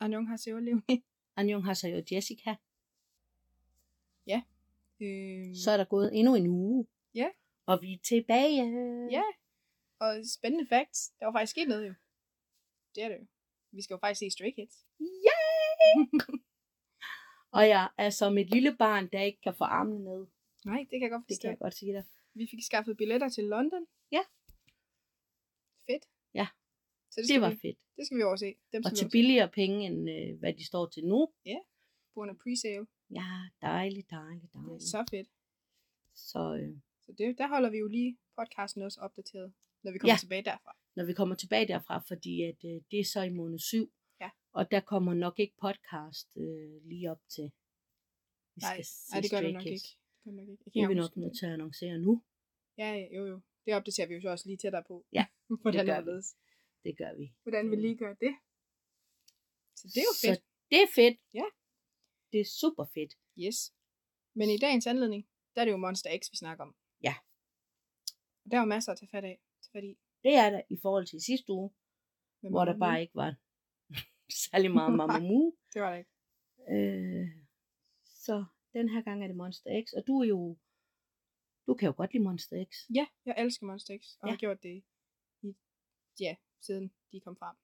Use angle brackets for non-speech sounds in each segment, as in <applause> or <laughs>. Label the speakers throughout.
Speaker 1: Annyeonghaseyo, Leonie.
Speaker 2: Annyeonghaseyo Jessica.
Speaker 1: Mm. Øhm,
Speaker 2: Så er der gået endnu en uge.
Speaker 1: Ja.
Speaker 2: Og vi er tilbage.
Speaker 1: Ja, og spændende fact. Der var faktisk sket noget jo. Det er det jo. Vi skal jo faktisk se Stray Kids.
Speaker 2: Og jeg er som et lille barn, der ikke kan få armene ned.
Speaker 1: Nej, det kan jeg godt
Speaker 2: Det
Speaker 1: forstå.
Speaker 2: kan jeg godt sige dig.
Speaker 1: Vi fik skaffet billetter til London.
Speaker 2: Ja.
Speaker 1: Fedt.
Speaker 2: Ja.
Speaker 1: Så det,
Speaker 2: Det var
Speaker 1: vi,
Speaker 2: fedt.
Speaker 1: det skal vi overse. Dem
Speaker 2: Og
Speaker 1: skal
Speaker 2: til
Speaker 1: vi
Speaker 2: billigere penge, end øh, hvad de står til nu.
Speaker 1: overse. På grund af pre-sale.
Speaker 2: Ja, dejligt, dejligt, dejligt.
Speaker 1: Så fedt.
Speaker 2: Så øh,
Speaker 1: Så det, der holder vi jo lige podcasten også opdateret, når vi kommer
Speaker 2: Ja.
Speaker 1: tilbage derfra.
Speaker 2: når vi kommer tilbage derfra, fordi at øh, det er så i måned syv.
Speaker 1: Ja.
Speaker 2: Og der kommer nok ikke podcast øh, lige op til. Vi
Speaker 1: Nej,
Speaker 2: se
Speaker 1: Nej, det gør
Speaker 2: Stray
Speaker 1: det nok
Speaker 2: Kids.
Speaker 1: ikke. Det gør det nok ikke. Jeg kan
Speaker 2: Det
Speaker 1: ikke
Speaker 2: er
Speaker 1: engang
Speaker 2: vi nok
Speaker 1: huske
Speaker 2: nødt
Speaker 1: det.
Speaker 2: til at annoncere nu.
Speaker 1: Ja, ja, jo, jo. Det opdaterer vi jo så også lige tættere på.
Speaker 2: Ja,
Speaker 1: <laughs> Hvordan
Speaker 2: gør
Speaker 1: det
Speaker 2: vi.
Speaker 1: ledes.
Speaker 2: Det gør vi.
Speaker 1: Hvordan vi
Speaker 2: Øh,
Speaker 1: lige gør det. Så det er jo fedt.
Speaker 2: Så det er fedt.
Speaker 1: Ja.
Speaker 2: Det er super fedt.
Speaker 1: Yes. Men i dagens anledning, der er det jo Monster X, vi snakker om.
Speaker 2: Ja.
Speaker 1: Og der er jo masser at tage fat af. Tage fat i.
Speaker 2: Det er der i forhold til sidste uge,
Speaker 1: Men
Speaker 2: hvor der
Speaker 1: Mamma
Speaker 2: bare
Speaker 1: Mia,
Speaker 2: ikke var <laughs> særlig meget mamamu.
Speaker 1: Det var der ikke.
Speaker 2: øh, så den her gang er det Monster X, og du er jo, du kan jo godt lide Monster X.
Speaker 1: Ja, jeg elsker Monster X, og
Speaker 2: Ja.
Speaker 1: har gjort det i, ja, siden de kom frem.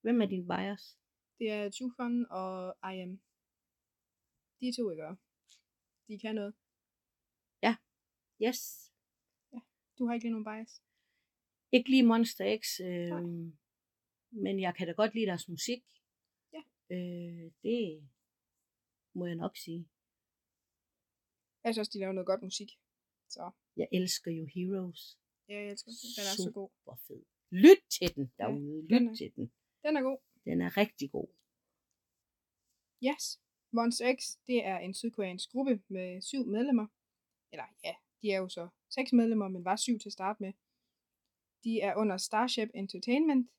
Speaker 2: Hvem er din bias?
Speaker 1: Det er Jufon og I Am. De to, jeg gør. De kan noget.
Speaker 2: Yes.
Speaker 1: Du har ikke lige nogen bias.
Speaker 2: Ikke lige Monster X, øh,
Speaker 1: Nej.
Speaker 2: men jeg kan da godt lide deres musik.
Speaker 1: Ja.
Speaker 2: Øh, det må jeg nok sige.
Speaker 1: Jeg synes også, de laver noget godt musik. Så
Speaker 2: Jeg elsker jo Heroes.
Speaker 1: ja, jeg elsker den. Den er så
Speaker 2: Super.
Speaker 1: god.
Speaker 2: Hvor fed. Lyt til den
Speaker 1: Ja,
Speaker 2: derude.
Speaker 1: den
Speaker 2: Lyt
Speaker 1: er-
Speaker 2: til den.
Speaker 1: Den er god.
Speaker 2: Den er rigtig god.
Speaker 1: Yes. Monster X, det er en sydkoreansk gruppe med syv medlemmer. Eller ja, de er jo så seks medlemmer, men var syv til at starte med. De er under Starship Entertainment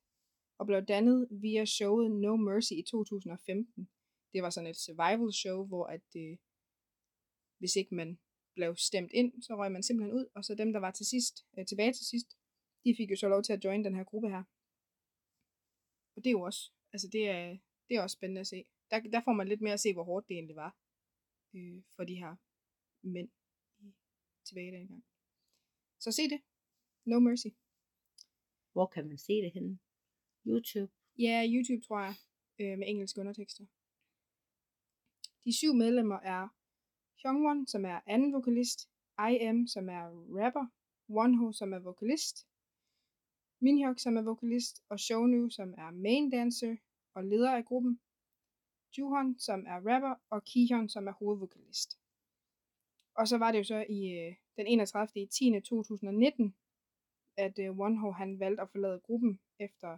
Speaker 1: og blev dannet via showet No Mercy i 2015. Det var sådan et survival show, hvor at øh, hvis ikke man blev stemt ind, så røg man simpelthen ud, og så dem, der var til sidst, øh, tilbage til sidst, de fik jo så lov til at join den her gruppe her. Og det er jo også, altså det er, det er også spændende at se. Der, der får man lidt mere at se, hvor hårdt det egentlig var øh, for de her mænd i- tilbage dengang. Så se det. No Mercy.
Speaker 2: Hvor kan man se det henne? YouTube.
Speaker 1: Ja, YouTube tror jeg, øh, med engelske undertekster. De syv medlemmer er Hyungwon, som er anden vokalist, IM, som er rapper, Wonho, som er vokalist, Minhyuk, som er vokalist, og Shonu, som er main dancer og leder af gruppen, Juhon, som er rapper, og Kihyun, som er hovedvokalist. Og så var det jo så i øh, den 31. i 10. 2019, at øh, Wonho han valgte at forlade gruppen efter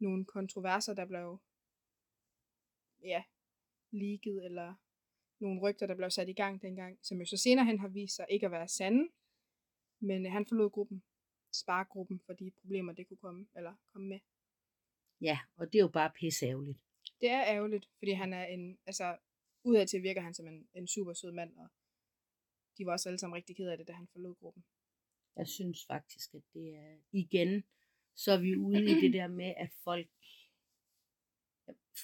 Speaker 1: nogle kontroverser, der blev ja, leaget, eller nogle rygter, der blev sat i gang dengang, som jo så senere hen har vist sig ikke at være sande. Men øh, han forlod gruppen, sparegruppen, for de problemer, det kunne komme, eller komme med.
Speaker 2: Ja, og det er jo bare pisseærgerligt.
Speaker 1: Det er ærgerligt, fordi han er en, altså udadtil virker han som en, en super sød mand, og de var også alle sammen rigtig ked af det, da han forlod gruppen.
Speaker 2: Jeg synes faktisk, at det er igen, så er vi ude i det der med, at folk,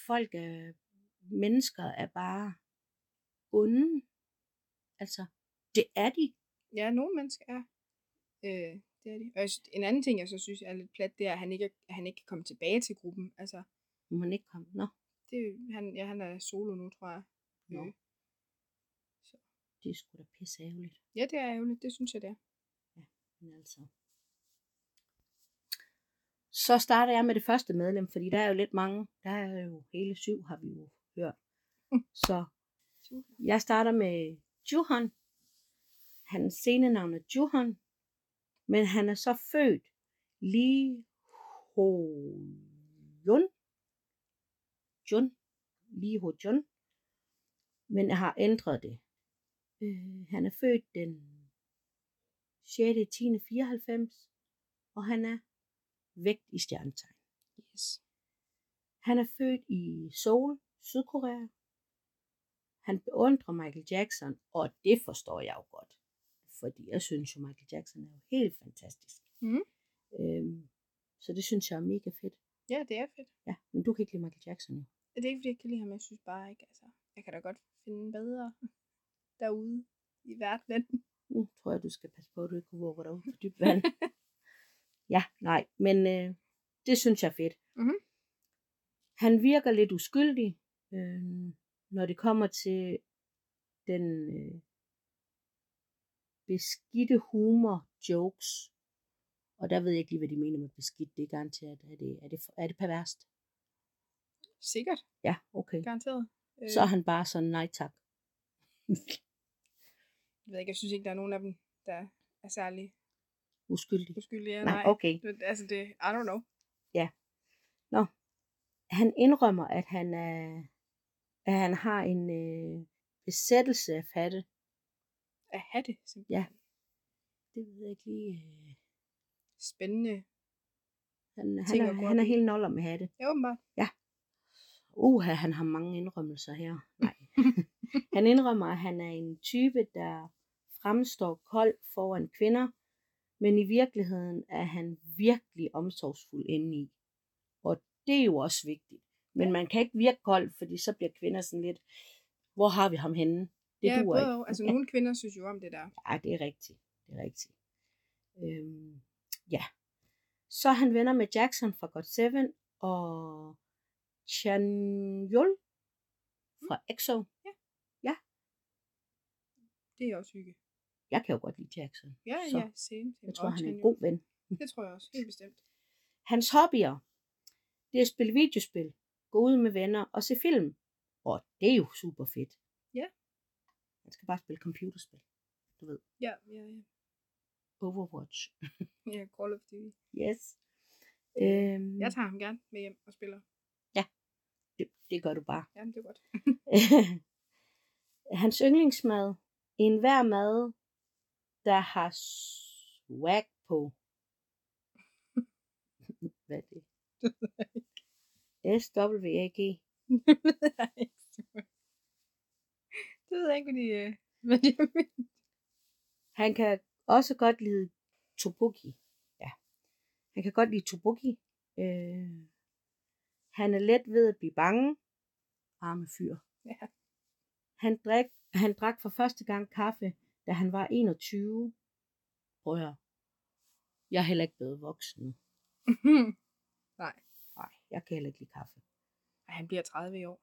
Speaker 2: folk er, mennesker er bare onde. Altså, det er de.
Speaker 1: Ja, nogle mennesker er. Øh, det er de. Og jeg synes, en anden ting, jeg så synes er lidt plat, det er, at han ikke, at han ikke kan komme tilbage til gruppen. Altså,
Speaker 2: Må man ikke komme? Nå,
Speaker 1: det, han, ja, han er solo nu, tror jeg.
Speaker 2: Nå.
Speaker 1: Øh,
Speaker 2: det er sgu da pisseærgerligt.
Speaker 1: Ja, det er ærgerligt. Det synes jeg, det er.
Speaker 2: Men altså. Så starter jeg med det første medlem, fordi der er jo lidt mange. Der er jo hele syv, har vi jo hørt. Så jeg starter med Juhan. Hans scenenavn er Juhan, men han er så født Lee Ho Jun. Jun. Lee Ho Jun. Men har ændret det. Øh, han er født den 6. 10. 94, og han er vægt i stjernetegn.
Speaker 1: Yes.
Speaker 2: Han er født i Seoul, Sydkorea. Han beundrer Michael Jackson, og det forstår jeg jo godt. Fordi jeg synes jo, Michael Jackson er jo helt fantastisk.
Speaker 1: Mhm.
Speaker 2: Øhm, så det synes jeg er mega fedt.
Speaker 1: Ja, det er fedt.
Speaker 2: Ja, men du kan ikke lide Michael Jackson. jo.
Speaker 1: det er ikke, fordi jeg ikke kan lide ham, jeg synes bare ikke, altså, jeg kan da godt finde bedre <laughs> derude i verden. <laughs>
Speaker 2: Nu Hm, tror jeg, du skal passe på, at du ikke våger dig ud på dybt vand. ja, nej, men øh, det synes jeg er fedt.
Speaker 1: Mhm.
Speaker 2: Han virker lidt uskyldig, øh, når det kommer til den øh, beskidte humor jokes. Og der ved jeg ikke lige, hvad de mener med beskidt. Det er garanteret. Er det, er det, er det perverst?
Speaker 1: Sikkert,
Speaker 2: Ja, okay.
Speaker 1: garanteret. Øh,
Speaker 2: Så er han bare sådan, nej tak.
Speaker 1: Jeg ved ikke, jeg synes ikke, der er nogen af dem, der er særlig
Speaker 2: Uskyldig.
Speaker 1: uskyldige.
Speaker 2: Nej, okay.
Speaker 1: Det- Altså det, I don't know.
Speaker 2: han indrømmer, at han, er, at han har en øh, besættelse af fatte.
Speaker 1: At have det, simpelthen.
Speaker 2: Det ved jeg ikke lige. øh.
Speaker 1: Spændende.
Speaker 2: Han, han,
Speaker 1: Tænker
Speaker 2: er,
Speaker 1: godt
Speaker 2: han er
Speaker 1: i.
Speaker 2: helt noller med hatte.
Speaker 1: Ja, åbenbart.
Speaker 2: Uha, han har mange indrømmelser her.
Speaker 1: <laughs>
Speaker 2: Nej. han indrømmer, at han er en type, der fremstår kold foran kvinder, men i virkeligheden er han virkelig omsorgsfuld indeni. Og det er jo også vigtigt. Men man kan ikke virke kold, fordi så bliver kvinder sådan lidt, hvor har vi ham henne? Det
Speaker 1: ja,
Speaker 2: duer
Speaker 1: både
Speaker 2: ikke.
Speaker 1: og. Altså nogle kvinder synes jo om det der.
Speaker 2: Ja, det er rigtigt. Det er rigtigt. Øhm, ja. Så er han venner med Jackson fra God 7 og Chan Yul fra EXO.
Speaker 1: Det er også hygge.
Speaker 2: Jeg kan jo godt lide Jackson.
Speaker 1: Ja,
Speaker 2: Så.
Speaker 1: ja, same. same.
Speaker 2: Jeg tror,
Speaker 1: Og
Speaker 2: han er en
Speaker 1: Chanyeol.
Speaker 2: god ven.
Speaker 1: Det tror jeg også, helt bestemt.
Speaker 2: Hans hobbyer, det er at spille videospil, gå ud med venner og se film. Og det er jo super fedt.
Speaker 1: Ja.
Speaker 2: Han skal bare spille computerspil. Du ved,
Speaker 1: Ja, ja, ja.
Speaker 2: Overwatch.
Speaker 1: Ja, Call of Duty.
Speaker 2: Yes. Øhm,
Speaker 1: Jeg tager ham gerne med hjem og spiller.
Speaker 2: det, det gør du bare.
Speaker 1: Ja, det er godt.
Speaker 2: Hans yndlingsmad. En hver mad, der har swag på. Hvad er det? S-W-A-G.
Speaker 1: det ved jeg ikke, fordi... Øh, hvad jeg mener.
Speaker 2: Han kan også godt lide tobuki. Ja. Han kan godt lide tobuki. Øh, han er let ved at blive bange. Arme fyr.
Speaker 1: Ja.
Speaker 2: Han, drik, han drak for første gang kaffe, da han var 21. Prøv at høre. Jeg er heller ikke blevet voksen. Nej, jeg kan heller ikke lide kaffe.
Speaker 1: Ej, <laughs> han bliver 30 i år.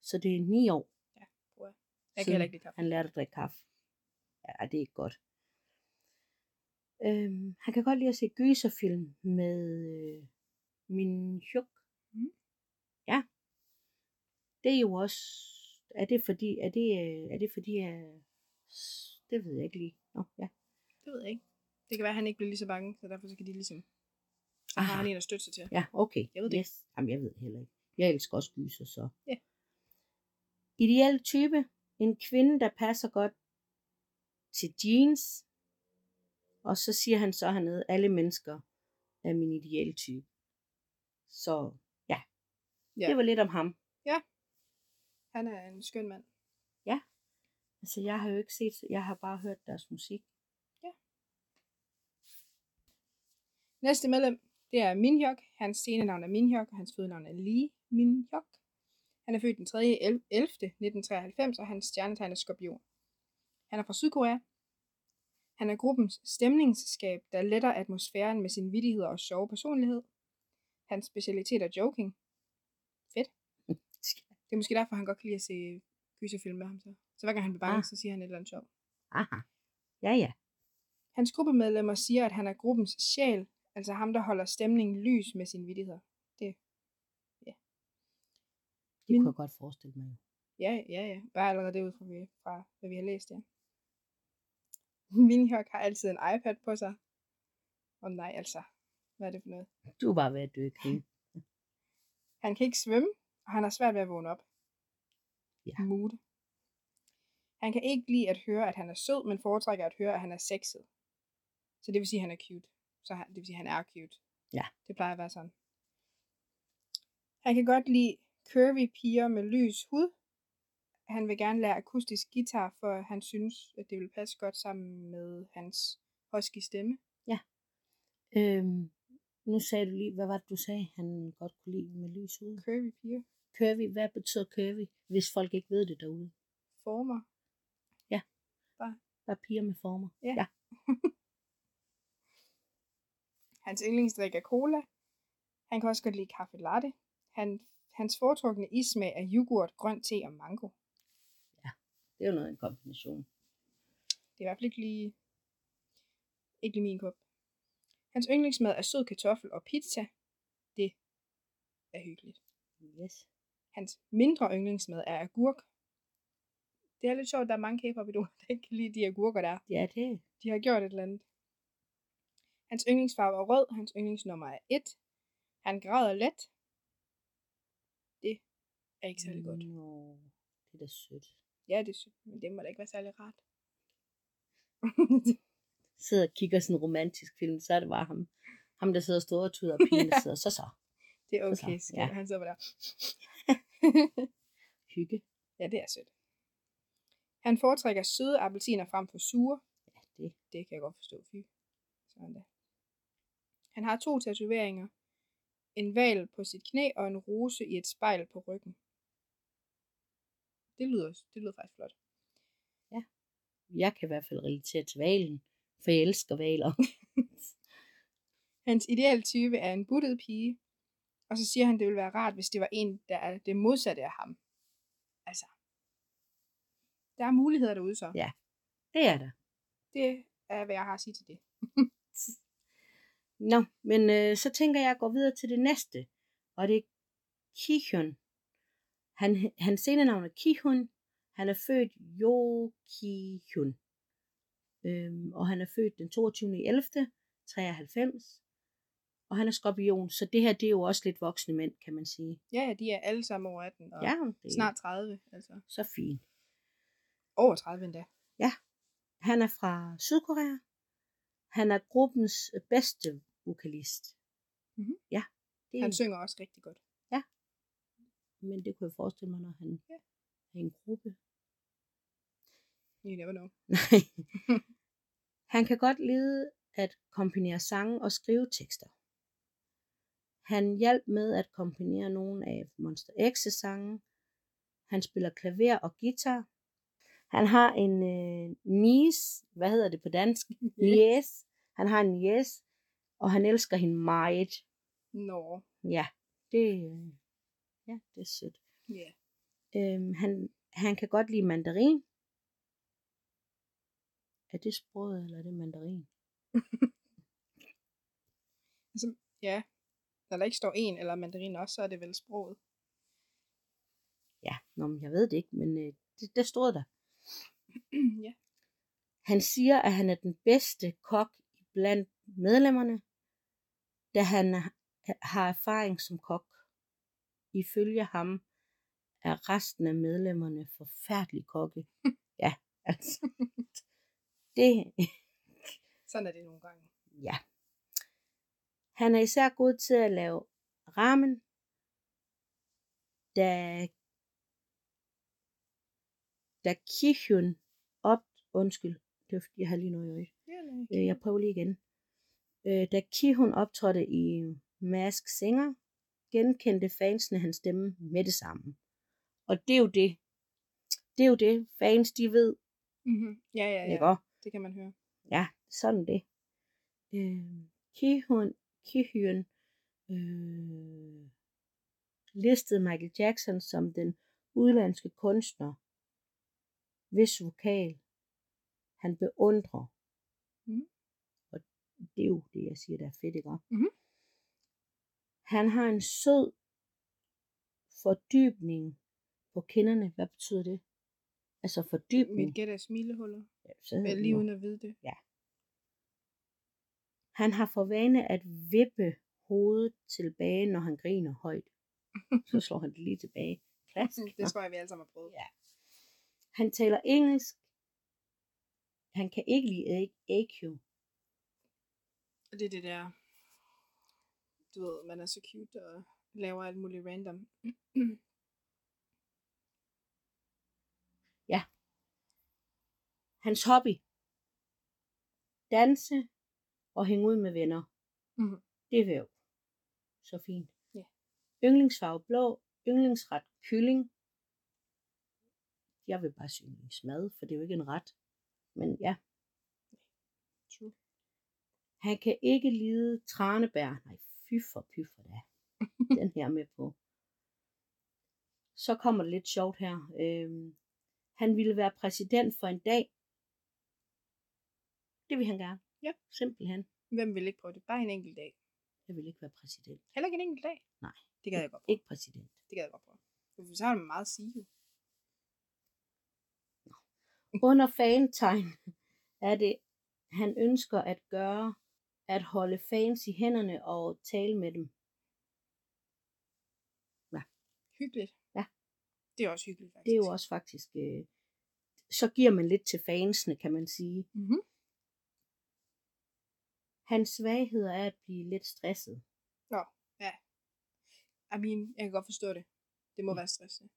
Speaker 2: Så det er 9 år,
Speaker 1: Jeg kan
Speaker 2: Siden.
Speaker 1: heller ikke lide ham.
Speaker 2: han lærte at drikke kaffe. Ja, det er ikke godt. Øhm, han kan godt lide at se gyserfilm med øh, min hyuk.
Speaker 1: Mm.
Speaker 2: Ja. Det er jo også... Er det fordi... Er det, øh, er det fordi... Øh, s- det ved jeg ikke lige. Nå, ja.
Speaker 1: Det ved jeg ikke. Det kan være, at han ikke bliver lige så bange, så derfor skal de ligesom... Så har
Speaker 2: Aha.
Speaker 1: han en at støtte sig til.
Speaker 2: Ja, okay.
Speaker 1: Jeg ved det
Speaker 2: yes. Jamen, jeg ved det heller ikke. Jeg elsker også gyser, så.
Speaker 1: Ja.
Speaker 2: Ideel type. En kvinde, der passer godt til jeans. Og så siger han så hernede, alle mennesker er min ideelle type. Så ja.
Speaker 1: Ja.
Speaker 2: ja, det var lidt om ham.
Speaker 1: Han er en skøn mand.
Speaker 2: Altså, jeg har jo ikke set, jeg har bare hørt deres musik.
Speaker 1: Næste medlem, det er Minhyuk. Hans scenenavn er Minhyuk, og hans fødenavn er Lee Minhyuk. Han er født den 3. 11. 1993, og hans stjernetegn er skorpion. Han er fra Sydkorea. Han er gruppens stemningsskab, der letter atmosfæren med sin vittigheder og sjove personlighed. Hans specialitet er joking. Fedt. Det er måske derfor, han godt kan lide at se gyserfilm med ham så. Så hver gang han bliver bange,
Speaker 2: Ah.
Speaker 1: så siger han et eller andet sjovt.
Speaker 2: Aha. Ja, ja.
Speaker 1: Hans gruppemedlemmer siger, at han er gruppens sjæl, altså ham, der holder stemningen lys med sine vittigheder.
Speaker 2: Det
Speaker 1: Min-
Speaker 2: kunne jeg godt forestille mig.
Speaker 1: Ja, ja, ja. Bare allerede det ud fra, vi- fra hvad vi har læst, ja. Minhyuk har altid en iPad på sig. Og nej, altså. Hvad er det for noget?
Speaker 2: Du var ved at dø, Kim.
Speaker 1: Han kan ikke svømme, og han har svært ved at vågne op.
Speaker 2: Ja.
Speaker 1: Mood. Han kan ikke lide at høre, at han er sød, men foretrækker at høre, at han er sexet. Så det vil sige, at han er cute. Så han, det vil sige, at han er cute.
Speaker 2: Ja.
Speaker 1: Det plejer at være sådan. Han kan godt lide curvy piger med lys hud. Han vil gerne lære akustisk guitar, for han synes, at det vil passe godt sammen med hans husky stemme.
Speaker 2: Øhm, Nu sagde du lige, hvad var det, du sagde, han godt kunne lide med lys ude?
Speaker 1: Curvy piger.
Speaker 2: Curvy, hvad betyder curvy, hvis folk ikke ved det derude?
Speaker 1: Former.
Speaker 2: Bare piger med former.
Speaker 1: Ja.
Speaker 2: ja.
Speaker 1: Hans yndlingsdrik er cola. Han kan også godt lide kaffe latte. Han, hans foretrukne ismag er yoghurt, grøn te og mango.
Speaker 2: Det er jo noget af en kombination.
Speaker 1: Det er i hvert fald ikke lige, ikke lige min kop. Hans yndlingsmad er sød kartoffel og pizza. Det er hyggeligt.
Speaker 2: Yes.
Speaker 1: Hans mindre yndlingsmad er agurk. Det er lidt sjovt, at der er mange kæber, der ikke kan lide de agurker, der er.
Speaker 2: Ja, det
Speaker 1: De har gjort et eller andet. Hans yndlingsfarve er rød. Hans yndlingsnummer er 1. Han græder let. Det er ikke særlig
Speaker 2: Mm.
Speaker 1: godt.
Speaker 2: Nå, det er da sødt.
Speaker 1: Ja, det er sødt, men det må da ikke være særlig rart. <laughs>
Speaker 2: Sidder og kigger sådan en romantisk film, så er det bare ham. Ham, der sidder og står og
Speaker 1: <laughs>
Speaker 2: tuder, og pigen, der sidder så så.
Speaker 1: det er
Speaker 2: Så så,
Speaker 1: okay, skat.
Speaker 2: ja.
Speaker 1: Han sidder bare der.
Speaker 2: Hygge.
Speaker 1: Ja, det er sødt. Han foretrækker søde appelsiner frem for sure.
Speaker 2: Ja, det.
Speaker 1: Det kan jeg godt forstå, fy. Sådan da. Han har to tatoveringer. En val på sit knæ og en rose i et spejl på ryggen. Det lyder, det lyder faktisk flot.
Speaker 2: Jeg kan i hvert fald relatere til valen, for jeg elsker valer.
Speaker 1: Hans ideelle type er en buttet pige, og så siger han, det ville være rart, hvis det var en, der er det modsatte af ham. Altså, der er muligheder derude så.
Speaker 2: Ja. <laughs> Det er der.
Speaker 1: Det er, hvad jeg har at sige til det.
Speaker 2: Nå, men øh, så tænker jeg at gå videre til det næste, og det er Kihun. Han, hans scenenavn er Kihun. Han er født Jo Kihun. Øhm, og han er født den 22. 11. 93. Og han er skorpion, så det her det er jo også lidt voksne mænd, kan man sige.
Speaker 1: Ja, ja, de er alle sammen over 18 og
Speaker 2: Ja, det er
Speaker 1: snart 30, altså
Speaker 2: så fint.
Speaker 1: over 30 endda.
Speaker 2: Han er fra Sydkorea. Han er gruppens bedste vokalist.
Speaker 1: Mhm.
Speaker 2: Ja, det
Speaker 1: Han synger også rigtig godt.
Speaker 2: men det kunne jeg forestille mig, når han
Speaker 1: Ja.
Speaker 2: ja. er i en gruppe.
Speaker 1: You never know.
Speaker 2: Nej. han kan godt lide at kombinere sange og skrive tekster. Han hjalp med at kombinere nogle af Monster X's sange. Han spiller klaver og guitar. Han har en øh, niece, hvad hedder det på dansk? Yes. Han har en yes, og han elsker hende meget.
Speaker 1: Nå,
Speaker 2: Ja, det, øh, ja, det er sødt.
Speaker 1: ja.
Speaker 2: Øhm, han, han kan godt lide mandarin. Er det sprød, eller er det mandarin?
Speaker 1: Ja. Når der ikke står en eller mandarin også, så er det vel sproget. <clears throat>
Speaker 2: Ja, nå, men jeg ved det ikke, men øh, det, det stod der.
Speaker 1: ja.
Speaker 2: Han siger, at han er den bedste kok blandt medlemmerne, da han ha- har erfaring som kok. Ifølge ham er resten af medlemmerne forfærdelige kokke. ja, altså. Det,
Speaker 1: Sådan er det nogle gange.
Speaker 2: Ja. Han er især god til at lave ramen, da, da Kihun op... Undskyld, det var, fordi, jeg har lige noget i øjet.
Speaker 1: Ja, nej.
Speaker 2: Øh, Jeg prøver lige igen. Øh, Da Kihun optrådte i Mask Singer, genkendte fansene hans stemme med det samme. Og det er jo det. Det er jo det, fans de ved,
Speaker 1: Mm-hmm. ja, ja,
Speaker 2: ja,
Speaker 1: ja.
Speaker 2: ikke? også?
Speaker 1: Det kan man høre.
Speaker 2: ja, sådan det. Øh, Kihun, Kihun øh, listede Michael Jackson som den udlandske kunstner, hvis vokal han beundrer.
Speaker 1: Mhm.
Speaker 2: Og det er jo det, jeg siger, der er fedt, ikke? også?
Speaker 1: Mhm.
Speaker 2: Han har en sød fordybning på kinderne. Hvad betyder det? Altså
Speaker 1: Mit
Speaker 2: fordybning.
Speaker 1: gæt er smilehuller.
Speaker 2: Ja, så hedder
Speaker 1: Ja,
Speaker 2: det
Speaker 1: lige
Speaker 2: noget.
Speaker 1: uden at vide det.
Speaker 2: Han har for vane at vippe hovedet tilbage, når han griner højt. Så slår han det lige tilbage. Klassisk.
Speaker 1: Det
Speaker 2: hva'?
Speaker 1: tror jeg, vi alle sammen har prøvet.
Speaker 2: Ja. Han taler engelsk. Han kan ikke lide A- AQ.
Speaker 1: Og det er det der, du ved, man er så cute og laver alt muligt random.
Speaker 2: Hans hobby. Danse og hænge ud med venner.
Speaker 1: Mhm.
Speaker 2: Det er væv. så fint.
Speaker 1: Ja.
Speaker 2: Yndlingsfarve blå, yndlingsret kylling. Jeg vil bare sige yndlingsmad, for det er jo ikke en ret. Men ja,
Speaker 1: True.
Speaker 2: han kan ikke lide tranebær. Nej, fy for py for da.
Speaker 1: <laughs>
Speaker 2: Den her med på. Så kommer det lidt sjovt her. Øhm, han ville være præsident for en dag. Det vil han gerne.
Speaker 1: Ja.
Speaker 2: Simpelthen.
Speaker 1: Hvem vil ikke prøve det? Bare en enkelt dag.
Speaker 2: Jeg vil ikke være præsident.
Speaker 1: Heller ikke en enkelt dag.
Speaker 2: Nej.
Speaker 1: Det gad jeg godt prøve.
Speaker 2: Ikke præsident.
Speaker 1: Det gad jeg godt prøve. For så har man meget at sige jo.
Speaker 2: <laughs> Under fantegn er det, han ønsker at gøre, at holde fans i hænderne og tale med dem.
Speaker 1: Hyggeligt.
Speaker 2: Ja.
Speaker 1: Det er også hyggeligt faktisk.
Speaker 2: Det er jo også faktisk, øh, så giver man lidt til fansene, kan man sige.
Speaker 1: Mm-hmm.
Speaker 2: Hans svagheder er at blive lidt stresset.
Speaker 1: I mean, jeg kan godt forstå det. Det
Speaker 2: Mm.
Speaker 1: må være stressende.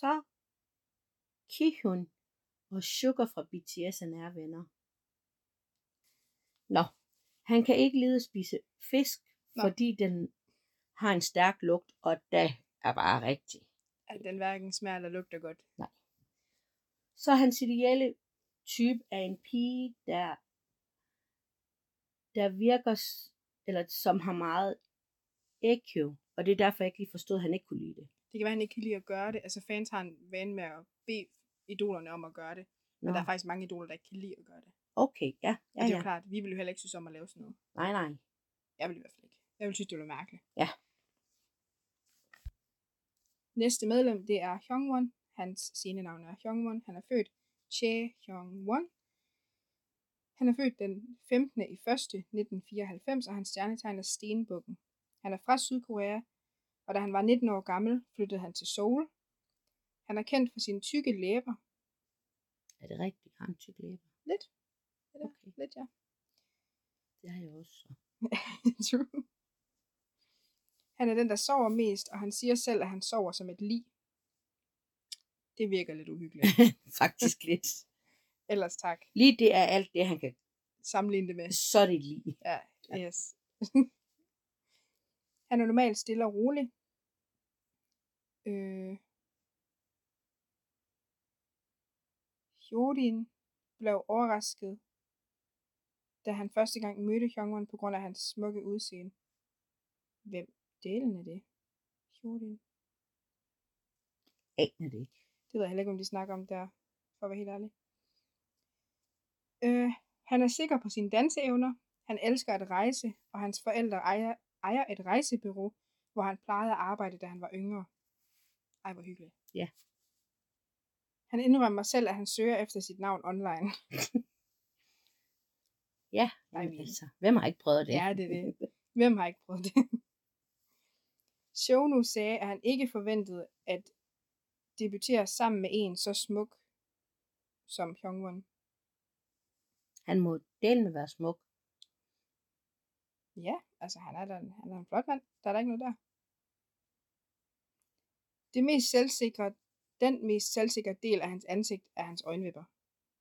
Speaker 2: Så Kihun og Sugar fra BTS er nære venner. Nå, han kan ikke lide at spise fisk,
Speaker 1: Nå.
Speaker 2: fordi den har en stærk lugt, og det er bare rigtigt.
Speaker 1: At den hverken smager eller lugter godt.
Speaker 2: Så hans ideelle type er en pige, der, der virker, s- eller som har meget EQ, og det er derfor, jeg ikke lige forstod, at han ikke kunne lide det.
Speaker 1: Det kan være, han ikke kan lide at gøre det. Altså fans har en vane med at bede idolerne om at gøre det. Men
Speaker 2: Nå,
Speaker 1: der er faktisk mange idoler, der ikke kan lide at gøre det.
Speaker 2: okay, ja,
Speaker 1: Og
Speaker 2: ja,
Speaker 1: det er jo
Speaker 2: ja.
Speaker 1: klart, vi ville jo heller ikke synes om at lave sådan noget.
Speaker 2: Nej, nej.
Speaker 1: Jeg ville i hvert fald ikke. Jeg ville synes, det var mærkeligt.
Speaker 2: Ja.
Speaker 1: Næste medlem, det er Hyungwon. Hans scenenavn er Hyungwon. Han er født Che Hyungwon. Han er født den 15. i 1. 1994, og hans stjernetegn er Stenbukken. Han er fra Sydkorea, og da han var 19 år gammel, flyttede han til Seoul. Han er kendt for sine tykke læber.
Speaker 2: Er det rigtigt? Har en tyk læber?
Speaker 1: Lidt. Ja.
Speaker 2: Okay,
Speaker 1: Lidt, ja.
Speaker 2: det har jeg <laughs> også.
Speaker 1: <laughs> True. Han er den, der sover mest, og han siger selv, at han sover som et lig. Det virker lidt
Speaker 2: <laughs>
Speaker 1: uhyggeligt.
Speaker 2: Faktisk lidt.
Speaker 1: Ellers tak.
Speaker 2: Lige det er alt det, han kan,
Speaker 1: Sammenligne det med.
Speaker 2: så er det lige.
Speaker 1: Ja, yes. <laughs> han er normalt stille og rolig. Øh. Jodin blev overrasket, da han første gang mødte Hyungwon på grund af hans smukke udseende. Hvem delen er det? Jodin.
Speaker 2: Aner det ikke.
Speaker 1: Det ved jeg heller ikke, om de snakker om der, for at være helt ærlig. Øh, han er sikker på sine danseevner, han elsker at rejse, og hans forældre ejer, ejer et rejsebyrå, hvor han plejede at arbejde, da han var yngre. Ej, hvor hyggeligt.
Speaker 2: Ja.
Speaker 1: Han indrømmer selv, at han søger efter sit navn online.
Speaker 2: Ja,
Speaker 1: Ej,
Speaker 2: jamen
Speaker 1: men-
Speaker 2: altså. Hvem har ikke prøvet det?
Speaker 1: Ja, det er det. Hvem har ikke prøvet det? <laughs> Shonu sagde, at han ikke forventede at debutere sammen med en så smuk som Hyungwon.
Speaker 2: <laughs> Han må delen med være smuk.
Speaker 1: Ja, altså han er da en, han er en flot mand. Der er der ikke noget der. Det mest selvsikre, den mest selvsikre del af hans ansigt er hans øjenvipper.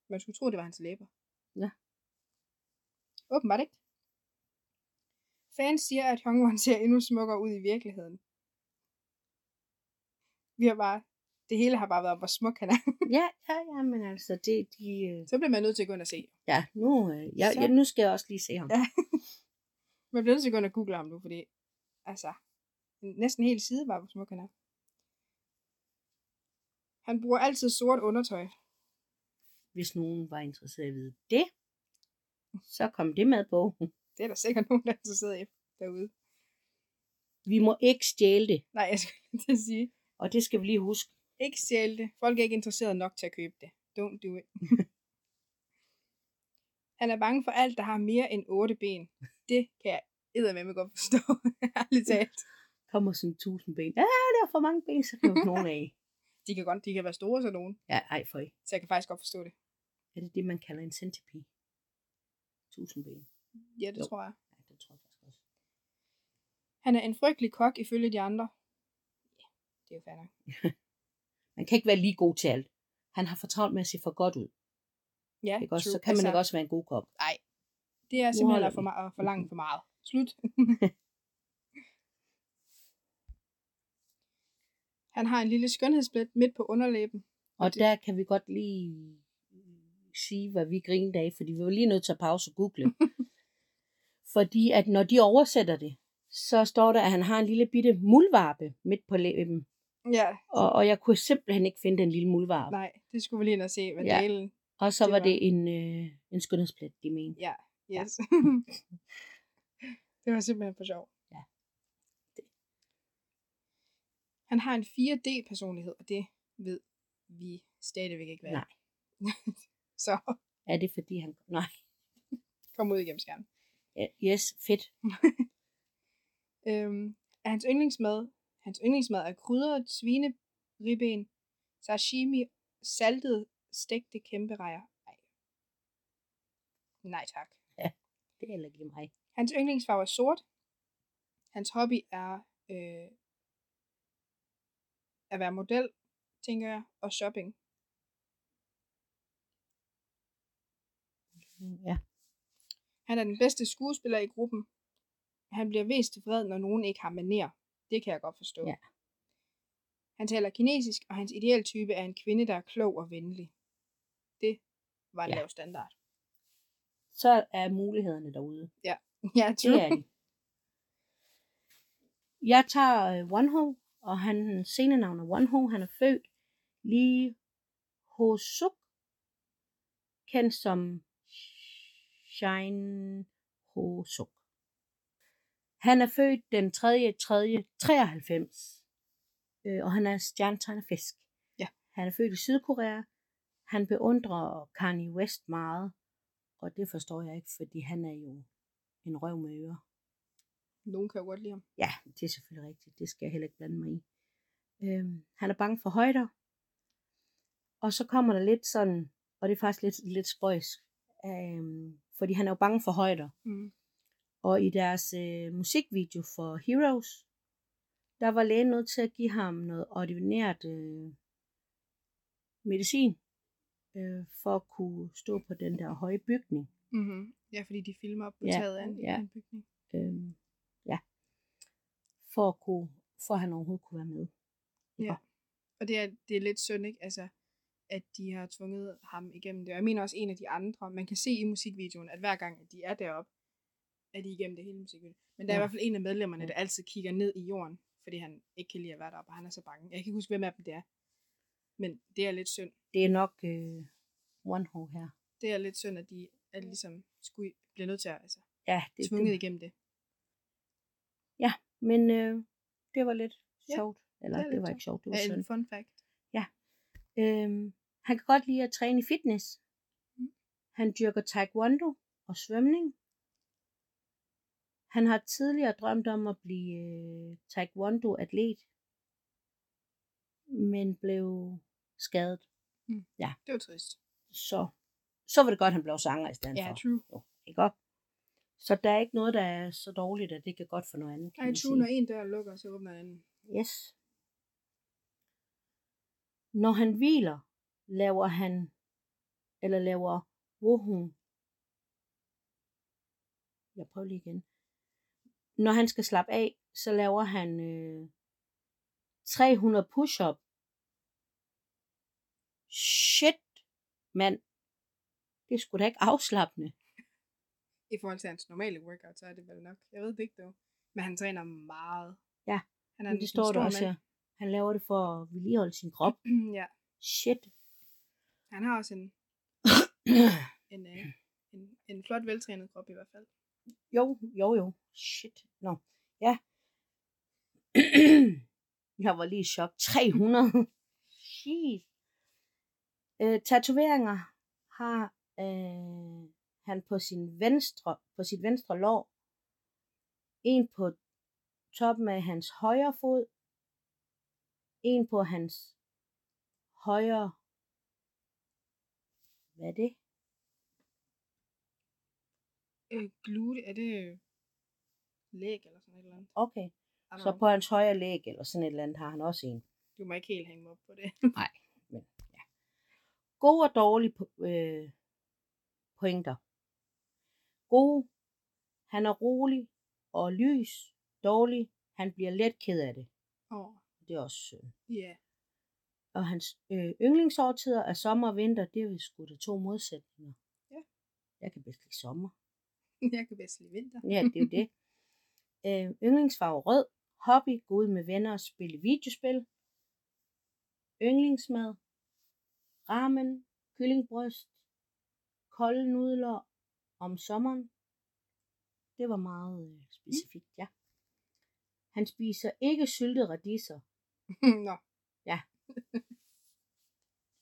Speaker 1: Man skulle tro, det var hans læber.
Speaker 2: Ja.
Speaker 1: Åbenbart ikke. Fans siger, at Hyungwon ser endnu smukkere ud i virkeligheden. Vi har bare, det hele har bare været, om, hvor smuk han er. <laughs>
Speaker 2: Ja, ja, ja, men altså, det, de, øh,
Speaker 1: Så bliver man nødt til at gå ind og se.
Speaker 2: ja, nu, øh, jeg,
Speaker 1: Så-
Speaker 2: jeg, nu skal jeg også lige se ham.
Speaker 1: Ja. Man bliver nødt til at gå ind og google ham nu, fordi altså, næsten hele side var, hvor smuk han er. Han bruger altid sort undertøj.
Speaker 2: Hvis nogen var interesseret i at vide det, så kom det med på.
Speaker 1: Det er der sikkert nogen, der er interesseret i derude.
Speaker 2: Vi må ikke stjæle det,
Speaker 1: Nej, jeg skulle til at sige.
Speaker 2: og det skal vi lige huske.
Speaker 1: Ikke stjæl det. Folk er ikke interesseret nok til at købe det. Don't do it. han er bange for alt, der har mere end otte ben. Det kan jeg eddermame godt forstå. <laughs> Ærligt talt.
Speaker 2: Kommer sådan tusind ben. Ja, der er for mange ben, så kan jo <laughs> nogen af.
Speaker 1: De kan godt, de kan være store sådan nogen.
Speaker 2: Ja, ej, for I.
Speaker 1: Så jeg kan faktisk godt forstå det.
Speaker 2: Er det det, man kalder en centipede? Tusind ben.
Speaker 1: Ja, det
Speaker 2: Jo.
Speaker 1: tror jeg.
Speaker 2: Ja, det tror jeg faktisk også.
Speaker 1: Han er en frygtelig kok ifølge de andre. Ja, det er jo fair nok.
Speaker 2: Man kan ikke være lige god til alt. Han har for travlt med at se for godt ud.
Speaker 1: Ja,
Speaker 2: Ikke også?
Speaker 1: true. Altså,
Speaker 2: altså. Så kan man ikke også være en god kok.
Speaker 1: Det er simpelthen
Speaker 2: Wow.
Speaker 1: at for, ma- at forlange for meget. Slut. Han har en lille skønhedsplet midt på underlæben.
Speaker 2: Og
Speaker 1: det-
Speaker 2: der kan vi godt lige sige, hvad vi grinede af, fordi vi var lige nødt til at pause og <laughs> google. fordi at når de oversætter det, så står der, at han har en lille bitte muldvarpe midt på læben.
Speaker 1: Ja,
Speaker 2: Og, og jeg kunne simpelthen ikke finde den lille muldvarpe.
Speaker 1: nej, det skulle vi lige ind og se, hvad
Speaker 2: Ja.
Speaker 1: ja. dalen...
Speaker 2: Og så
Speaker 1: Det
Speaker 2: det var
Speaker 1: var-
Speaker 2: det en, øh, en skønhedsplet, de mente.
Speaker 1: Ja, yes. <laughs> det var simpelthen for sjov.
Speaker 2: Ja. Det-
Speaker 1: Han har en 4D-personlighed, og det ved vi stadigvæk ikke, hvad er.
Speaker 2: Nej.
Speaker 1: <laughs> Så
Speaker 2: Er det fordi han... Nej,
Speaker 1: kom ud igennem skærmen.
Speaker 2: Ja, yes, fedt.
Speaker 1: Øhm, er hans yndlingsmad, hans yndlingsmad er krydret svineribben, sashimi, saltet, stegte kæmperejer. Ej. Nej tak.
Speaker 2: Det er heller ikke lige mig.
Speaker 1: Hans yndlingsfarve er sort. Hans hobby er øh, at være model, tænker jeg, og shopping.
Speaker 2: Ja.
Speaker 1: Han er den bedste skuespiller i gruppen. Han bliver mest vred, når nogen ikke har maner. Det kan jeg godt forstå.
Speaker 2: Ja.
Speaker 1: Han taler kinesisk, og hans idealtype er en kvinde, der er klog og venlig. Det var en
Speaker 2: Ja.
Speaker 1: ja. lav standard. <laughs>
Speaker 2: Så er mulighederne derude.
Speaker 1: Ja,
Speaker 2: Det er de. Jeg tager øh, Wonho, og han scenenavn er Wonho. Han er født lige hos Suk, kendt som Shine Ho Suk. Han er født den 3. 3. 93, øh, og han er stjernetegn af fisk.
Speaker 1: Ja.
Speaker 2: Han er født i Sydkorea. Han beundrer Kanye West meget, og det forstår jeg ikke, fordi han er jo en røv med ører.
Speaker 1: Nogen kan jo godt lide ham.
Speaker 2: Ja, det er selvfølgelig rigtigt. Det skal jeg heller ikke blande mig i. Øhm, han er bange for højder. Og så kommer der lidt sådan, og det er faktisk lidt, lidt spøjs, øhm, fordi han er jo bange for højder.
Speaker 1: Mm.
Speaker 2: Og i deres øh, musikvideo for Heroes, der var lægen nødt til at give ham noget ordinært øh, medicin, øh, for at kunne stå på den der høje bygning.
Speaker 1: Mm-hmm. Ja, fordi de filmer på
Speaker 2: Ja,
Speaker 1: taget af en,
Speaker 2: ja.
Speaker 1: en bygning.
Speaker 2: øhm, ja, for at kunne, for at han overhovedet kunne være med.
Speaker 1: Og det er, det er lidt synd, ikke? Altså, at de har tvunget ham igennem det. Og jeg mener også en af de andre. Man kan se i musikvideoen, at hver gang at de er deroppe, er de igennem det hele musikvideo. Men der er
Speaker 2: Ja.
Speaker 1: i hvert fald en af medlemmerne,
Speaker 2: Ja.
Speaker 1: der altid kigger ned i jorden, fordi han ikke kan lide at være deroppe, og han er så bange. Jeg kan ikke huske, hvem af dem det er. Men det er lidt synd.
Speaker 2: Det er nok øh, one ho her.
Speaker 1: Det er lidt synd, at de at ligesom skulle, bliver nødt til at altså,
Speaker 2: Ja,
Speaker 1: det,
Speaker 2: det,
Speaker 1: tvunget
Speaker 2: det,
Speaker 1: igennem det.
Speaker 2: men øh, det var lidt
Speaker 1: Ja,
Speaker 2: sjovt. Eller
Speaker 1: det
Speaker 2: det,
Speaker 1: er
Speaker 2: det
Speaker 1: lidt
Speaker 2: var
Speaker 1: sjovt.
Speaker 2: ikke sjovt, det var
Speaker 1: Er en
Speaker 2: synd.
Speaker 1: fun fact.
Speaker 2: Øhm, han kan godt lide at træne i fitness.
Speaker 1: Mm.
Speaker 2: Han dyrker taekwondo og svømning. Han har tidligere drømt om at blive øh, taekwondo-atlet, men blev skadet.
Speaker 1: Det var trist.
Speaker 2: så, så var det godt, at han blev sanger i stedet
Speaker 1: Ja,
Speaker 2: for.
Speaker 1: true.
Speaker 2: Jo, ikke op? Så der er ikke noget, der er så dårligt, at det kan godt for noget andet. Kan
Speaker 1: Ej,
Speaker 2: man
Speaker 1: true.
Speaker 2: sige.
Speaker 1: Når en dør lukker, så åbner en anden.
Speaker 2: Yes. Når han hviler, laver han, eller laver Wohun. Jeg prøver lige igen. Når han skal slappe af, så laver han øh, 300 push-up. Shit, mand. Det skulle da ikke afslappende.
Speaker 1: i forhold til hans normale workout, så er det vel nok. Jeg ved det ikke dog. Men han træner meget.
Speaker 2: Ja,
Speaker 1: han
Speaker 2: Men det står der også
Speaker 1: mand.
Speaker 2: her. Han laver det for at vedligeholde sin krop.
Speaker 1: <clears throat> ja.
Speaker 2: Shit. <clears throat>
Speaker 1: Han har også en, en, øh, en, en flot veltrænet krop i hvert fald.
Speaker 2: Jo, jo, jo. Shit. Nå, ja. <clears throat> jeg var lige i chok. 300. Shit. Øh, tatoveringer har øh, han på, sin venstre, på sit venstre lår. En på toppen af hans højre fod. En på hans højre... Hvad er det?
Speaker 1: Øh, glute, er det øh, læg eller sådan et eller andet?
Speaker 2: Okay.
Speaker 1: I don't
Speaker 2: Så
Speaker 1: know.
Speaker 2: på hans højre læg eller sådan et eller andet har han også en.
Speaker 1: Du må ikke helt hænge mig op på det. <laughs>
Speaker 2: Gode og dårlige po- øh, pointer. Gode. Han er rolig, og lys, dårlig, han bliver let ked af det.
Speaker 1: Åh,
Speaker 2: Det er også synd.
Speaker 1: ja.
Speaker 2: Og hans øh, yndlingsårtider er sommer og vinter, det er jo sgu da to modsætninger.
Speaker 1: Ja.
Speaker 2: Jeg kan bedst lide sommer.
Speaker 1: Jeg kan bedst lide vinter.
Speaker 2: Ja, det er jo det. Øh, yndlingsfarve rød. Hobby, gå ud med venner og spille videospil. Yndlingsmad. Ramen, kyllingbryst, kolde nudler om sommeren. Det var meget
Speaker 1: Mm.
Speaker 2: øh, specifikt, ja. Han spiser ikke syltede radiser.
Speaker 1: <laughs> Nå,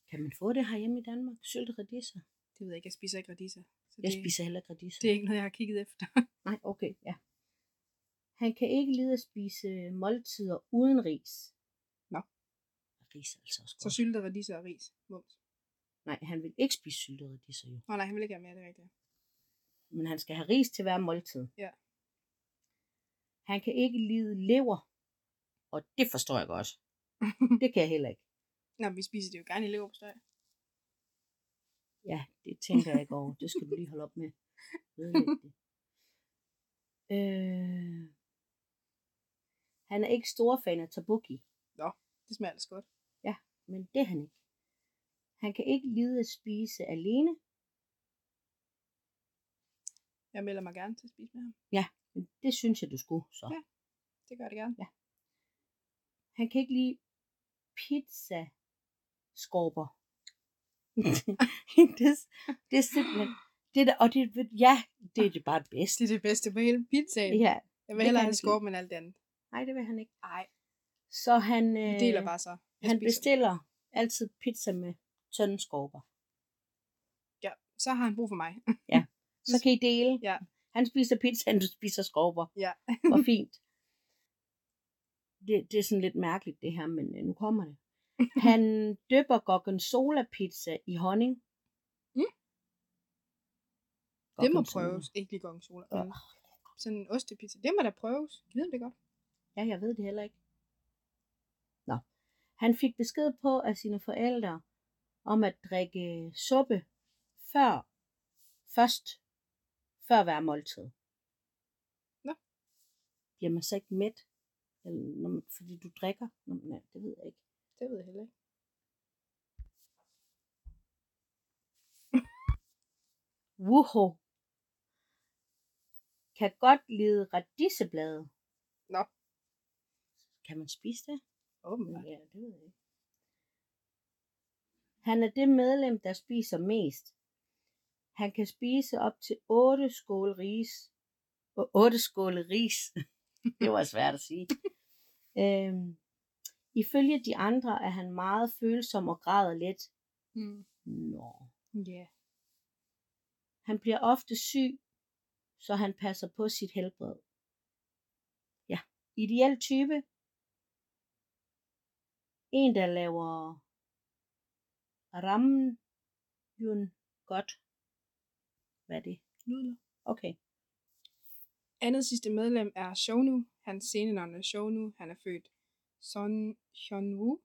Speaker 2: Kan man få det herhjemme i Danmark? Syltede radiser?
Speaker 1: det ved jeg ikke. Jeg spiser ikke radiser. Så
Speaker 2: Jeg
Speaker 1: det,
Speaker 2: spiser heller ikke radiser.
Speaker 1: det er ikke noget, jeg har kigget
Speaker 2: <laughs>
Speaker 1: efter.
Speaker 2: Nej, okay, ja. Han kan ikke lide at spise måltider uden ris.
Speaker 1: Nå.
Speaker 2: Ris er altså også
Speaker 1: Så
Speaker 2: godt.
Speaker 1: syltede radiser og ris. Mums.
Speaker 2: Nej, han vil ikke spise syltede radiser jo.
Speaker 1: Åh nej, han vil ikke have mere, det er rigtigt.
Speaker 2: Men han skal have ris til hver måltid.
Speaker 1: Ja.
Speaker 2: Han kan ikke lide lever. Og det forstår jeg
Speaker 1: <laughs>
Speaker 2: godt. det kan jeg heller ikke.
Speaker 1: Nå, men vi spiser det jo gerne i leverpostej.
Speaker 2: Ja, det tænker jeg ikke over. Det skal du lige holde op med. Ødelægge det. Øh... Han er ikke stor fan af tabuki.
Speaker 1: Det smager altså godt.
Speaker 2: men det er han ikke. Han kan ikke lide at spise alene,
Speaker 1: Jeg melder mig gerne til at spise med ham.
Speaker 2: men det synes jeg, du skulle. Så.
Speaker 1: Ja. Det gør det gerne.
Speaker 2: Han kan ikke lide pizza skorper. <laughs> det, er- det er simpelthen... Det er, da- og det, er- ja, det er det bare det bedste.
Speaker 1: Det er det bedste på hele pizzaen.
Speaker 2: Ja,
Speaker 1: jeg
Speaker 2: det
Speaker 1: vil hellere
Speaker 2: kan
Speaker 1: have
Speaker 2: jeg ikke
Speaker 1: skorpen end alt det andet.
Speaker 2: nej, det vil han ikke.
Speaker 1: Nej,
Speaker 2: Så han, øh,
Speaker 1: vi deler bare så. Jeg
Speaker 2: han
Speaker 1: spiser-
Speaker 2: bestiller altid pizza med tøndeskorper.
Speaker 1: Ja, så har han brug for mig.
Speaker 2: Så kan I dele.
Speaker 1: Ja.
Speaker 2: Han spiser pizza, og du spiser skorper.
Speaker 1: Ja.
Speaker 2: <laughs> Hvor fint. Det, det er sådan lidt mærkeligt det her, men øh, nu
Speaker 1: <laughs>
Speaker 2: kommer det. Han dypper gorgonzola pizza i honning.
Speaker 1: Mm. Det må
Speaker 2: Gorgonzola.
Speaker 1: prøves. Ikke lige gongsola.
Speaker 2: Åh,
Speaker 1: men Sådan en ostepizza. Det må da prøves. Jeg ved om det er godt.
Speaker 2: Ja, jeg ved det heller ikke. Nå. Han fik besked på af sine forældre om at drikke suppe før, først, før hver måltid.
Speaker 1: Nå.
Speaker 2: Bliver man så ikke mæt? Eller, når man, fordi du drikker? Nå, nej, det ved jeg ikke.
Speaker 1: Det ved jeg heller ikke.
Speaker 2: Wuho. Kan godt lide radiseblade.
Speaker 1: Nå.
Speaker 2: Kan man spise det?
Speaker 1: Åbenbart.
Speaker 2: Ja, det ved jeg ikke. Han er det medlem, der spiser mest. Han kan spise op til 8 skål ris. 8 skåle ris. <laughs> det var svært at sige. øhm, ifølge de andre er han meget følsom og græder lidt.
Speaker 1: Mm.
Speaker 2: Nå.
Speaker 1: Ja.
Speaker 2: Han bliver ofte syg, så han passer på sit helbred. Ja, ideel type. En, der laver rammen godt. Hvad er det?
Speaker 1: Nudler.
Speaker 2: Okay.
Speaker 1: Andet sidste medlem er Shonu. Hans scenenavn er Shonu. Han er født Son Hyunwoo.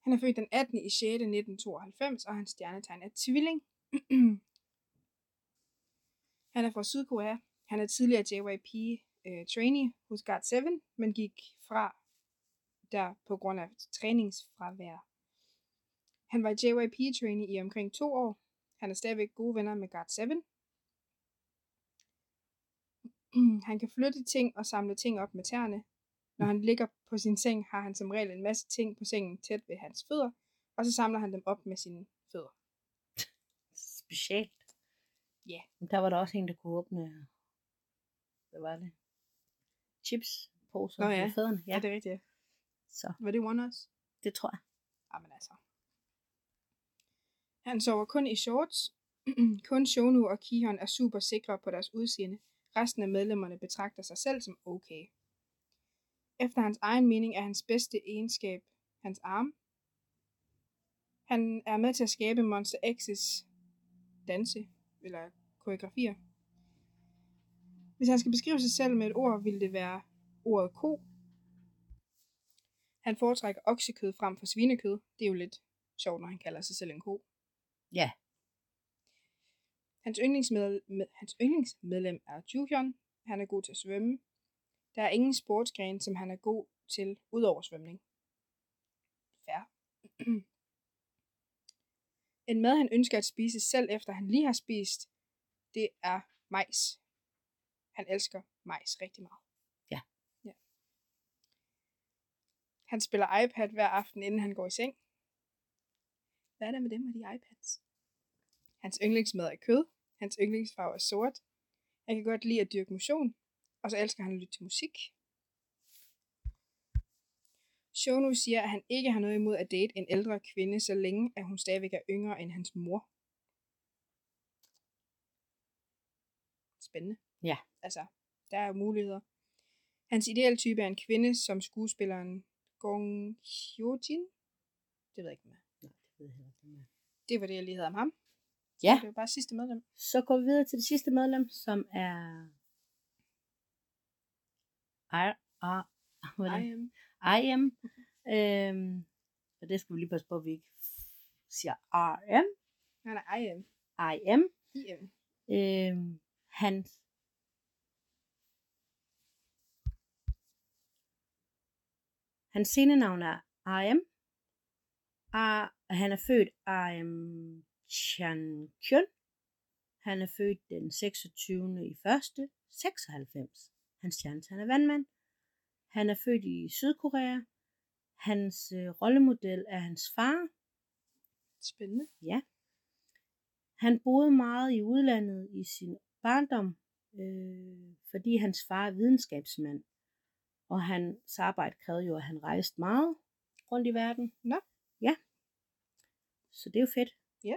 Speaker 1: Han er født den 18. i 6. 1992, og hans stjernetegn er tvilling. <clears throat> han er fra Sydkorea. Han er tidligere JYP øh, trainee hos Guard 7, men gik fra der på grund af træningsfravær. Han var JYP trainee i omkring to år. Han er stadigvæk gode venner med Guard 7, <clears throat> han kan flytte ting og samle ting op med tæerne. Når han ligger på sin seng, har han som regel en masse ting på sengen tæt ved hans fødder, og så samler han dem op med sine fødder.
Speaker 2: Specielt.
Speaker 1: Ja.
Speaker 2: Men der var der også en, der kunne åbne... Hvad var det? Chips poser
Speaker 1: Nå
Speaker 2: med
Speaker 1: ja.
Speaker 2: fædrene. Ja,
Speaker 1: det er rigtigt.
Speaker 2: så
Speaker 1: Var det One Us?
Speaker 2: det tror jeg.
Speaker 1: Jamen altså. Han sover kun i shorts. <clears throat> kun Shonu og Kihon er super sikre på deres udseende. Resten af medlemmerne betragter sig selv som okay. Efter hans egen mening er hans bedste egenskab hans arm. Han er med til at skabe Monster X's danse eller koreografier. Hvis han skal beskrive sig selv med et ord, ville det være ordet ko, han foretrækker oksekød frem for svinekød. Det er jo lidt sjovt, når han kalder sig selv en ko.
Speaker 2: Ja.
Speaker 1: Hans, yndlingsmed, med, hans yndlingsmedlem er Juhyun. Han er god til at svømme. Der er ingen sportsgren, som han er god til, udover svømning. Fair. en mad, han ønsker at spise selv efter han lige har spist, det er majs. Han elsker majs rigtig meget.
Speaker 2: Ja.
Speaker 1: ja. Han spiller iPad hver aften, inden han går i seng. Hvad er der med dem og de iPads? Hans yndlingsmad er kød. Hans yndlingsfarve er sort. Han kan godt lide at dyrke motion. Og så elsker han at lytte til musik. Shono siger, at han ikke har noget imod at date en ældre kvinde, så længe at hun stadigvæk er yngre end hans mor. Spændende.
Speaker 2: Ja.
Speaker 1: Altså, der er jo muligheder. Hans idealtype er en kvinde, som skuespilleren Gong Hyojin. Det ved jeg ikke mere. Det var det, jeg lige havde om ham.
Speaker 2: Ja.
Speaker 1: Det var bare sidste medlem.
Speaker 2: Så går vi videre til det sidste medlem, som er... I, R, hvad er det?
Speaker 1: I am.
Speaker 2: IM. Øhm, og det skal vi lige passe på, at vi ikke siger RM.
Speaker 1: Nej, nej, I am.
Speaker 2: IM.
Speaker 1: I am.
Speaker 2: Øhm, han Hans scenenavn er RM. Ah, han er født RM Chan Kyun. Han er født den 26. i 1. 96. Hans chance, han er vandmand. Han er født i Sydkorea. Hans øh, rollemodel er hans far.
Speaker 1: Spændende.
Speaker 2: Han boede meget i udlandet i sin barndom, øh, fordi hans far er videnskabsmand, og hans arbejde krævede jo, at han rejste meget rundt i verden.
Speaker 1: Nå.
Speaker 2: Ja. Så det er jo fedt.
Speaker 1: Ja.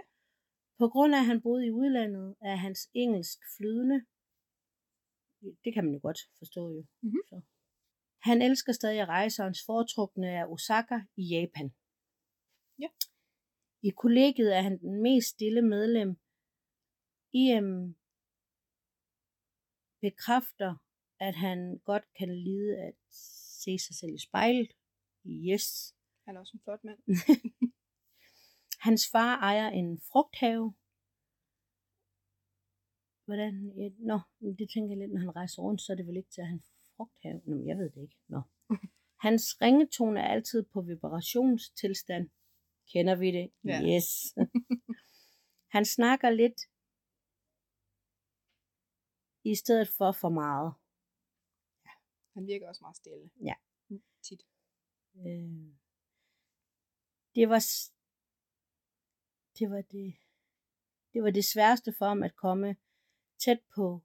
Speaker 2: På grund af, at han boede i udlandet, er hans engelsk flydende. Det kan man jo godt forstå jo.
Speaker 1: Mhm.
Speaker 2: Så. Han elsker stadig at rejse, og hans foretrukne er Osaka i Japan. I kollegiet er han den mest stille medlem. IM bekræfter, at han godt kan lide at se sig selv i spejlet. Yes.
Speaker 1: Han er også en flot mand.
Speaker 2: Mm. Hans far ejer en frugthave. Hvordan? Ja, nå, men det tænker jeg lidt, når han rejser rundt, så er det vel ikke til at han frugthave. Nå, men jeg ved det ikke. Nå. Hans ringetone er altid på vibrationstilstand. Kender vi det?
Speaker 1: Ja.
Speaker 2: Yes. <laughs> han snakker lidt i stedet for for meget.
Speaker 1: Han virker også meget stille.
Speaker 2: Ja.
Speaker 1: Tit.
Speaker 2: Øh, det var s- det var det det var det sværeste for ham at komme tæt på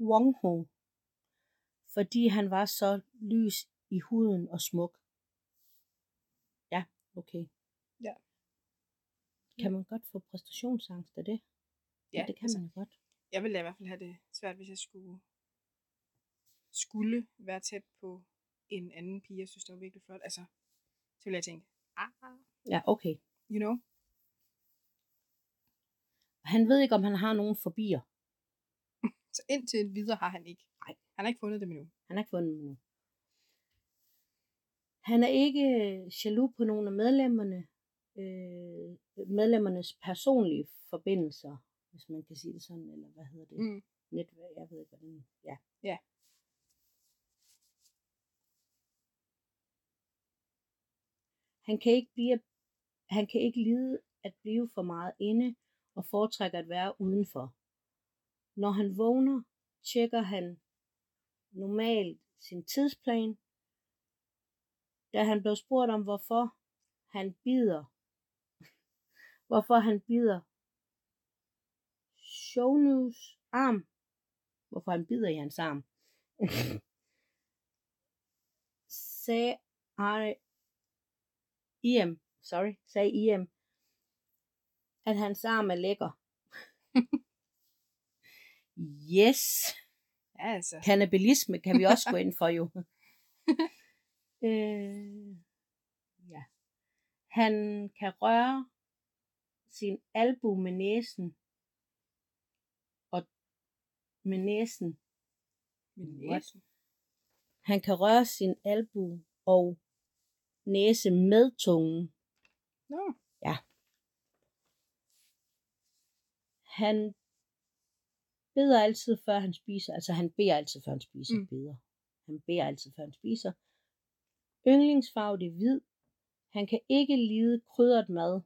Speaker 2: Wong Ho, fordi han var så lys i huden og smuk. Ja, okay.
Speaker 1: Ja.
Speaker 2: Kan man godt få præstationsangst af det? Ja, det kan
Speaker 1: altså,
Speaker 2: man jo godt.
Speaker 1: Jeg ville da i hvert fald have det svært, hvis jeg skulle, skulle være tæt på en anden pige, jeg synes, det var virkelig flot. Altså, så ville jeg tænke, ah,
Speaker 2: Ja, okay.
Speaker 1: you know,
Speaker 2: Han ved ikke, om han har nogen forbier.
Speaker 1: Så indtil videre har han ikke. Nej. Han har ikke fundet dem endnu.
Speaker 2: Han har ikke fundet dem endnu. Han er ikke øh, jaloux på nogen af medlemmerne, øh, medlemmernes personlige forbindelser, hvis man kan sige det sådan, eller hvad hedder det?
Speaker 1: Mm.
Speaker 2: Netværk, jeg ved ikke, hvad det er. Ja.
Speaker 1: Ja.
Speaker 2: Han kan, ikke blive, han kan ikke lide at blive for meget inde og foretrækker at være udenfor. Når han vågner, tjekker han normalt sin tidsplan. Da han blev spurgt om, hvorfor han bider, <laughs> hvorfor han bider Shownus arm, hvorfor han bider i hans arm, <laughs> sagde Ari, IM, sorry, sagde IM, at hans arm er lækker. <laughs> yes!
Speaker 1: Ja, altså.
Speaker 2: Kannibalisme kan vi også gå ind for jo. <laughs> øh, ja. Han kan røre sin albu med næsen. Og med næsen.
Speaker 1: Min
Speaker 2: What?
Speaker 1: næse.
Speaker 2: Han kan røre sin albu og næse med tungen.
Speaker 1: Nå,
Speaker 2: Han beder altid, før han spiser. Altså, han beder altid, før han spiser.
Speaker 1: Mm.
Speaker 2: Mm. Beder. Han beder altid, før han spiser. Yndlingsfarve, det er hvid. Han kan ikke lide krydret mad.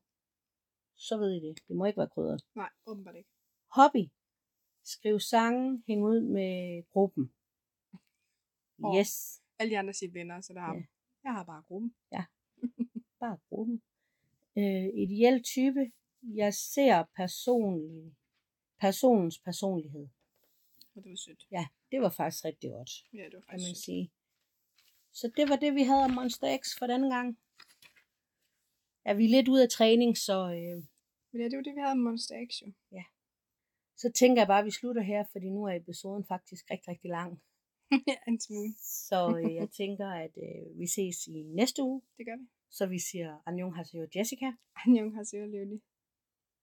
Speaker 2: Så ved I det. Det må ikke være krydret.
Speaker 1: Nej, åbenbart ikke.
Speaker 2: Hobby. Skriv sange, hæng ud med gruppen.
Speaker 1: Og-
Speaker 2: Yes,
Speaker 1: Alle de andre siger venner, så der har
Speaker 2: Ja.
Speaker 1: jeg har bare gruppen.
Speaker 2: bare gruppen. Øh, ideel type. Jeg ser personlig, personens personlighed.
Speaker 1: Og det var sødt.
Speaker 2: Ja, det var faktisk rigtig godt,
Speaker 1: Ja, det var
Speaker 2: kan
Speaker 1: faktisk
Speaker 2: man
Speaker 1: sødt.
Speaker 2: sige. Så det var det, vi havde om Monster X for denne gang. Ja, vi er lidt ude af træning, så, øh,
Speaker 1: Men ja, det var det, vi havde med Monster X jo.
Speaker 2: så tænker jeg bare, at vi slutter her, fordi nu er episoden faktisk rigtig, rigtig lang.
Speaker 1: <laughs> ja, en smule.
Speaker 2: Så øh, jeg tænker, at øh, vi ses i næste uge.
Speaker 1: Det gør vi. <laughs>
Speaker 2: Så vi siger Anjong Haseo Jessica.
Speaker 1: Anjong har sikkert levende.